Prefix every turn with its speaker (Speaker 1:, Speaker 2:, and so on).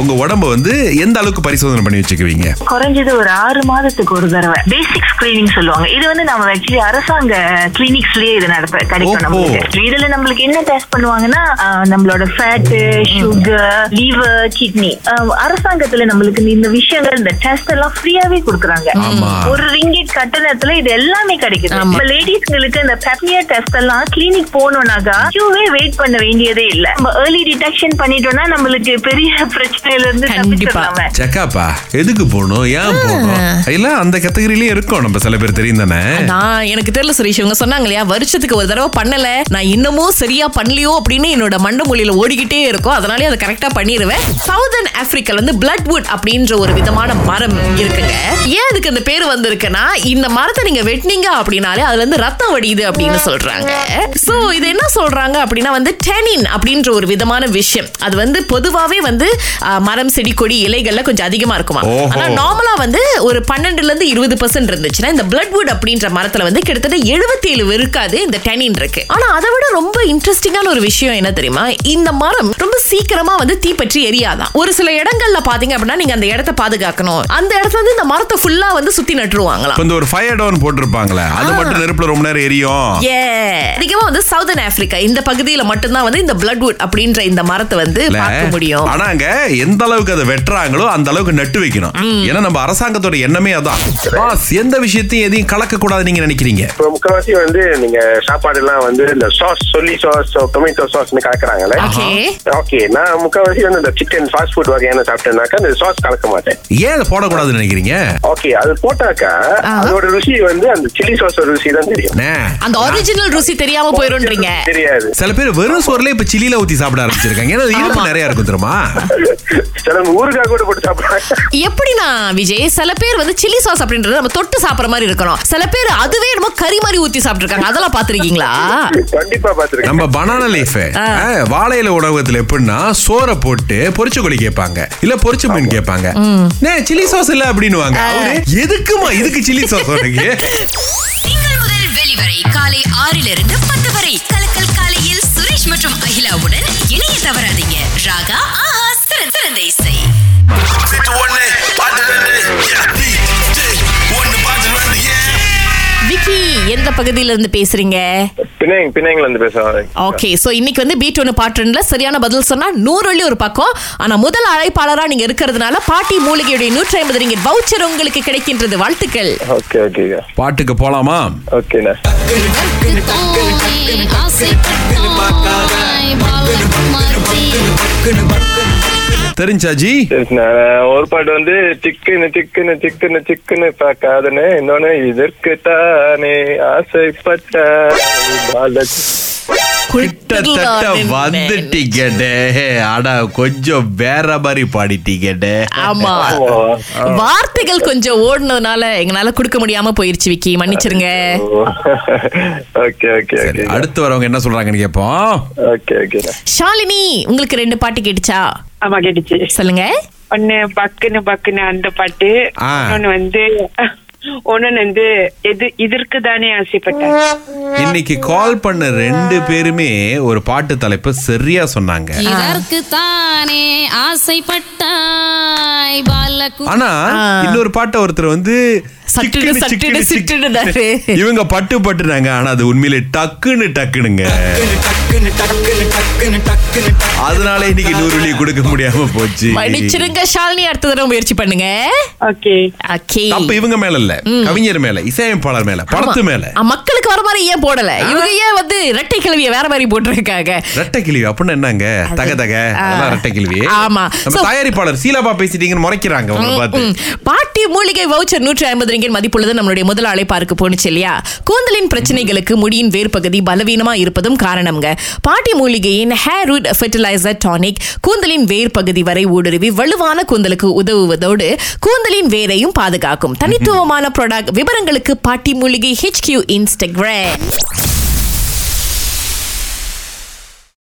Speaker 1: உங்க உடம்ப வந்து எந்த அளவுக்கு பரிசோதனை பண்ணி வச்சுக்குவீங்க
Speaker 2: குறைஞ்சது ஒரு ஆறு மாதத்துக்கு ஒரு தடவை பேசிக் ஸ்கிரீனிங் சொல்லுவாங்க இது வந்து நம்ம ஆக்சுவலி அரசாங்க கிளினிக்ஸ்லயே இது நடப்ப கிடைக்கும்
Speaker 1: ஓஹோ.
Speaker 2: நம்மளுக்கு இதுல நம்மளுக்கு என்ன டெஸ்ட் பண்ணுவாங்கன்னா ஆஹ், நம்மளோட ஃபேட் சுகர் லிவர் கிட்னி அரசாங்கத்துல நம்மளுக்கு இந்த விஷயங்கள் இந்த டெஸ்ட் எல்லாம் ஃப்ரீயாவே கொடுக்குறாங்க
Speaker 1: ஆமா.
Speaker 2: ஒரு ரிங்கிட் கட்டணத்துல இது எல்லாமே கிடைக்குது
Speaker 3: ஆமா.
Speaker 2: இப்ப லேடிஸ்ங்களுக்கு இந்த பெப்னியர் டெஸ்ட் எல்லாம் கிளினிக் போனோம்னாக்கா கியூவே வெயிட் பண்ண வேண்டியதே இல்ல நம்ம ஏர்லி டிடெக்ஷன் பண்ணிட்டோம்னா நம்மளுக்கு பெரிய பிரச்சனையில இருந்து
Speaker 3: கண்டிப்பா.
Speaker 2: தப்பிச்சிடலாம்
Speaker 1: செக்காப்பா எதுக்கு போகணும் ஏன் போகணும் எல்லாம் அந்த கேட்டகரியிலே இருக்கோம் நம்ம சில பேர் தெரியும் தானே
Speaker 3: நான் எனக்கு தெரியல சுரேஷ் இவங்க சொன்னாங்க இல்லையா வருஷத்துக்கு ஒரு தடவை பண்ணல நான் இன்னமும் சரியா பண்ணலையோ அப்படின்னு என்னோட மண்ட மொழியில ஓடிக்கிட்டே இருக்கும் அதனாலே அதை கரெக்டா பண்ணிடுவேன் சவுதர்ன் ஆப்பிரிக்கால வந்து பிளட்வுட் அப்படின்ற ஒரு விதமான மரம் இருக்குங்க ஏன் இதுக்கு இந்த பேர் வந்திருக்குன்னா இந்த மரத்தை நீங்க வெட்டினீங்க அப்படின்னாலே அதுல இருந்து ரத்தம் வடியுது அப்படின்னு சொல்றாங்க சோ இது என்ன சொல்றாங்க அப்படின்னா வந்து டெனின் அப்படின்ற ஒரு விதமான விஷயம் அது வந்து பொதுவாவே வந்து ஆ, மரம் செடி கொடி இலைகள்ல கொஞ்சம் அதிகமா இருக்குமா
Speaker 1: ஓஹோ.
Speaker 3: ஆனா நார்மலா வந்து ஒரு பன்னெண்டுல இருந்து இருபது பர்சன்ட் இருந்துச்சுன்னா இந்த பிளட்வுட் அப்படின்ற மரத்துல வந்து கிட்டத்தட்ட 77 ஏழு இருக்காது இந்த டெனின் இருக்கு ஆனா அதை விட ரொம்ப இன்ட்ரெஸ்டிங்கான ஒரு விஷயம் என்ன தெரியுமா இந்த மரம் ரொம்ப சீக்கிரமா வந்து தீப்பற்றி எரியாதான் ஒரு சில இடங்கள்ல பாத்தீங்க அப்படின்னா நீங்க அந்த இடத்த பாதுகாக்கணும் அந்த இடத்துல வந்து இந்த மரத்தை ஃபுல்லா வந்து சுத்தி நட்டுருவாங்களாம்
Speaker 1: இப்ப இந்த ஒரு ஃபயர் டவுன் போட்டிருப்பாங்களே அது மட்டும் நெருப்புல ரொம்ப நேரம் எரியும்
Speaker 3: Yeah. அதிகமா வந்து சவுதர்ன் ஆப்பிரிக்கா இந்த பகுதியில மட்டும்தான் வந்து இந்த பிளட்வுட் அப்படின்ற இந்த மரத்தை வந்து
Speaker 1: இல்ல,
Speaker 3: பார்க்க முடியும்
Speaker 1: ஆனா அங்க எந்த அளவுக்கு அதை வெட்டுறாங்களோ அந்த அளவுக்கு நட்டு வைக்கணும் ஏன்னா நம்ம அரசாங்கத்தோட எண்ணமே அதான் பாஸ் எந்த விஷயத்தையும் எதையும் கலக்க கூடாது நீங்க நினைக்கிறீங்க
Speaker 4: இப்போ முக்கால்வாசி வந்து நீங்க சாப்பாடு எல்லாம் வந்து இந்த சாஸ் சொல்லி சாஸ் டொமேட்டோ சாஸ்னு கலக்குறாங்களே
Speaker 3: Okay.
Speaker 4: ஓகே நான் முக்கால்வாசி வந்து இந்த சிக்கன் ஃபாஸ்ட் ஃபுட் வகையான சாப்பிட்டேனாக்கா இந்த சாஸ் கலக்க மாட்டேன்
Speaker 1: ஏன் அதை போடக்கூடாதுன்னு நினைக்கிறீங்க
Speaker 4: ஓகே அது போட்டாக்கா
Speaker 3: ஆ.
Speaker 4: அதோட ருசி வந்து அந்த சில்லி சாஸோட ருசி தான் தெரியும்
Speaker 1: அண்ணே,
Speaker 3: அந்த ஒரிஜினல் ருசி தெரியாம போயிரும்ன்றீங்க
Speaker 4: தெரியாது
Speaker 1: சில பேர் வெறும் சோறுல இப்ப சில்லில ஊத்தி சாப்பிட ஆரம்பிச்சிருக்காங்க ஏன்னா அது
Speaker 3: ஆமா.
Speaker 1: இனிப்பு நிறைய இருக்கும் தெரியுமா
Speaker 4: சில ஊருக்காக கூட போட்டு சாப்பிடுறாங்க
Speaker 3: எப்படின்னா விஜய் சில பேர் வந்து சில்லி சாஸ் அப்படின்றது நம்ம தொட்டு சாப்பிடுற மாதிரி இருக்கணும் சில பேர் அதுவே நம்ம கறி மாதிரி ஊத்தி சாப்பிட்டுருக்காங்க அதெல்லாம் பாத்திருக்கீங்களா
Speaker 4: கண்டிப்பா பாத்துருக்கேன்
Speaker 1: நம்ம பனானா லீஃப் வாழையில உணவகத்துல எப்படின்னா சோறை போட்டு பொரிச்ச கொடி கேட்பாங்க இல்ல பொரிச்ச மீன் கேட்பாங்க சில்லி சாஸ் இல்ல அப்படின்னுவாங்க அவரு, எதுக்குமா இதுக்கு சில்லி சாஸ் உனக்கு
Speaker 5: திங்கள் முதல் வெளிவரை காலை ஆறிலிருந்து பத்து வரை கலக்கல் காலையில் சுரேஷ் மற்றும் அகிலாவுடன் இணைய தவறாதீங்க ராகா ஆஹா சிறந்த சிறந்த இசை
Speaker 6: Sit one day, body ready. Yeah, DJ, one the body ready, yeah.
Speaker 3: Vicky எந்த பகுதியில இருந்து பேசுறீங்க
Speaker 4: பிணைங்க பிணைங்கல இருந்து பேசுறேன்
Speaker 3: ஓகே சோ இன்னைக்கு வந்து பீட் ஒன்று பாட்டு ரெண்டுல சரியான பதில் சொன்னா நூறு வழி ஒரு பக்கம் ஆனா முதல் அழைப்பாளரா நீங்க இருக்கிறதுனால பாட்டி மூலிகையுடைய நூற்றி ஐம்பது நீங்க வவுச்சர் உங்களுக்கு கிடைக்கின்றது வாழ்த்துக்கள்
Speaker 4: ஓகே ஓகே
Speaker 1: பாட்டுக்கு போலாமா
Speaker 4: ஓகேண்ணா
Speaker 1: தெரிஞ்சாஜி
Speaker 4: ஒரு பாட்டு வந்து சிக்கனு சிக்கனு சிக்கனு சிக்கனு பார்க்காதனே இன்னொன்னு இதற்கு தானே ஆசைப்பட்ட பாலகி.
Speaker 1: கிட்டத்தட்ட வந்துட்டீங்கடே ஆனா கொஞ்சம் வேற மாதிரி பாடிட்டீங்கடே
Speaker 3: ஆமா
Speaker 4: ஆமா.
Speaker 3: வார்த்தைகள் கொஞ்சம் ஓடுனதுனால எங்களால கொடுக்க முடியாம போயிருச்சு விக்கி மன்னிச்சிருங்க
Speaker 4: ஓகே ஓகே
Speaker 1: சரி,
Speaker 4: ஓகே
Speaker 1: அடுத்து வரவங்க என்ன சொல்றாங்கன்னு கேட்போம்
Speaker 4: ஓகே ஓகேண்ணா
Speaker 3: ஷாலினி உங்களுக்கு ரெண்டு பாட்டு கேட்டுச்சா
Speaker 7: ஆமா கேட்டுச்சு
Speaker 3: சொல்லுங்க
Speaker 7: ஒண்ணு பக்குன்னு பக்குன்னு அந்த பாட்டு
Speaker 1: ஆ.
Speaker 7: இன்னொன்னு வந்து ஒண்ணு வந்து எது இதற்கு தானே ஆசைப்பட்டேன்
Speaker 1: இன்னைக்கு கால் பண்ண ரெண்டு பேருமே ஒரு பாட்டு தலைப்பு சரியா சொன்னாங்க
Speaker 5: இதற்கு தானே ஆசைப்பட்டாய் பாலகு
Speaker 1: ஆனா இன்னொரு பாட்டை ஒருத்தர் வந்து
Speaker 3: சட்டுடு,
Speaker 1: சிக்குனு,
Speaker 3: சட்டுடு,
Speaker 1: சிக்குனு, சிக்குனு.
Speaker 3: சிட்டுடுனாரு.
Speaker 1: இவங்க பட்டு பட்டுனாங்க ஆனா அது உண்மையிலே டக்குன்னு டக்குனுங்க அதனால இன்னைக்கு நூறு வழி கொடுக்க முடியாம போச்சு
Speaker 3: மன்னிச்சிருங்க ஷாலினி அடுத்த தடவை முயற்சி பண்ணுங்க
Speaker 7: ஓகே
Speaker 3: ஓகே
Speaker 1: அப்ப இவங்க மேல இல்ல கவிஞர் மேல இசையமைப்பாளர் மேல படத்து மேல
Speaker 3: ஆ, மக்களுக்கு வர மாதிரி ஏன் போடல இவங்க ஏன் வந்து ரெட்டை கிழவிய வேற மாதிரி போட்டிருக்காங்க
Speaker 1: ரெட்டை கிழவி அப்படின்னு என்னங்க தக தக அதான் ரெட்டை கிழவி
Speaker 3: ஆமா.
Speaker 1: நம்ம
Speaker 3: So-
Speaker 1: தயாரிப்பாளர் சீலாபா பேசிட்டீங்கன்னு முறைக்கிறாங்க அவங்க பார்த்து
Speaker 3: ம். பாட்டி மூலிகை வவுச்சர் நூற்றி ஐம்பது ரிங்கின் மதிப்புள்ளது நம்மளுடைய முதல் அழைப்பாருக்கு போனுச்சு இல்லையா கூந்தலின் பிரச்சனைகளுக்கு முடியின் வேர் பகுதி பலவீனமா இருப்பதும் காரணம்ங்க பாட்டி மூலிகையின் ஹேர் ரூட் ஃபெர்டிலைசர் டானிக் கூந்தலின் வேர் பகுதி வரை ஊடுருவி வலுவான கூந்தலுக்கு உதவுவதோடு கூந்தலின் வேரையும் பாதுகாக்கும் தனித்துவமான ப்ராடக்ட் விவரங்களுக்கு பாட்டி மூலிகை ஹெச்கியூ இன்ஸ்டாகிராம்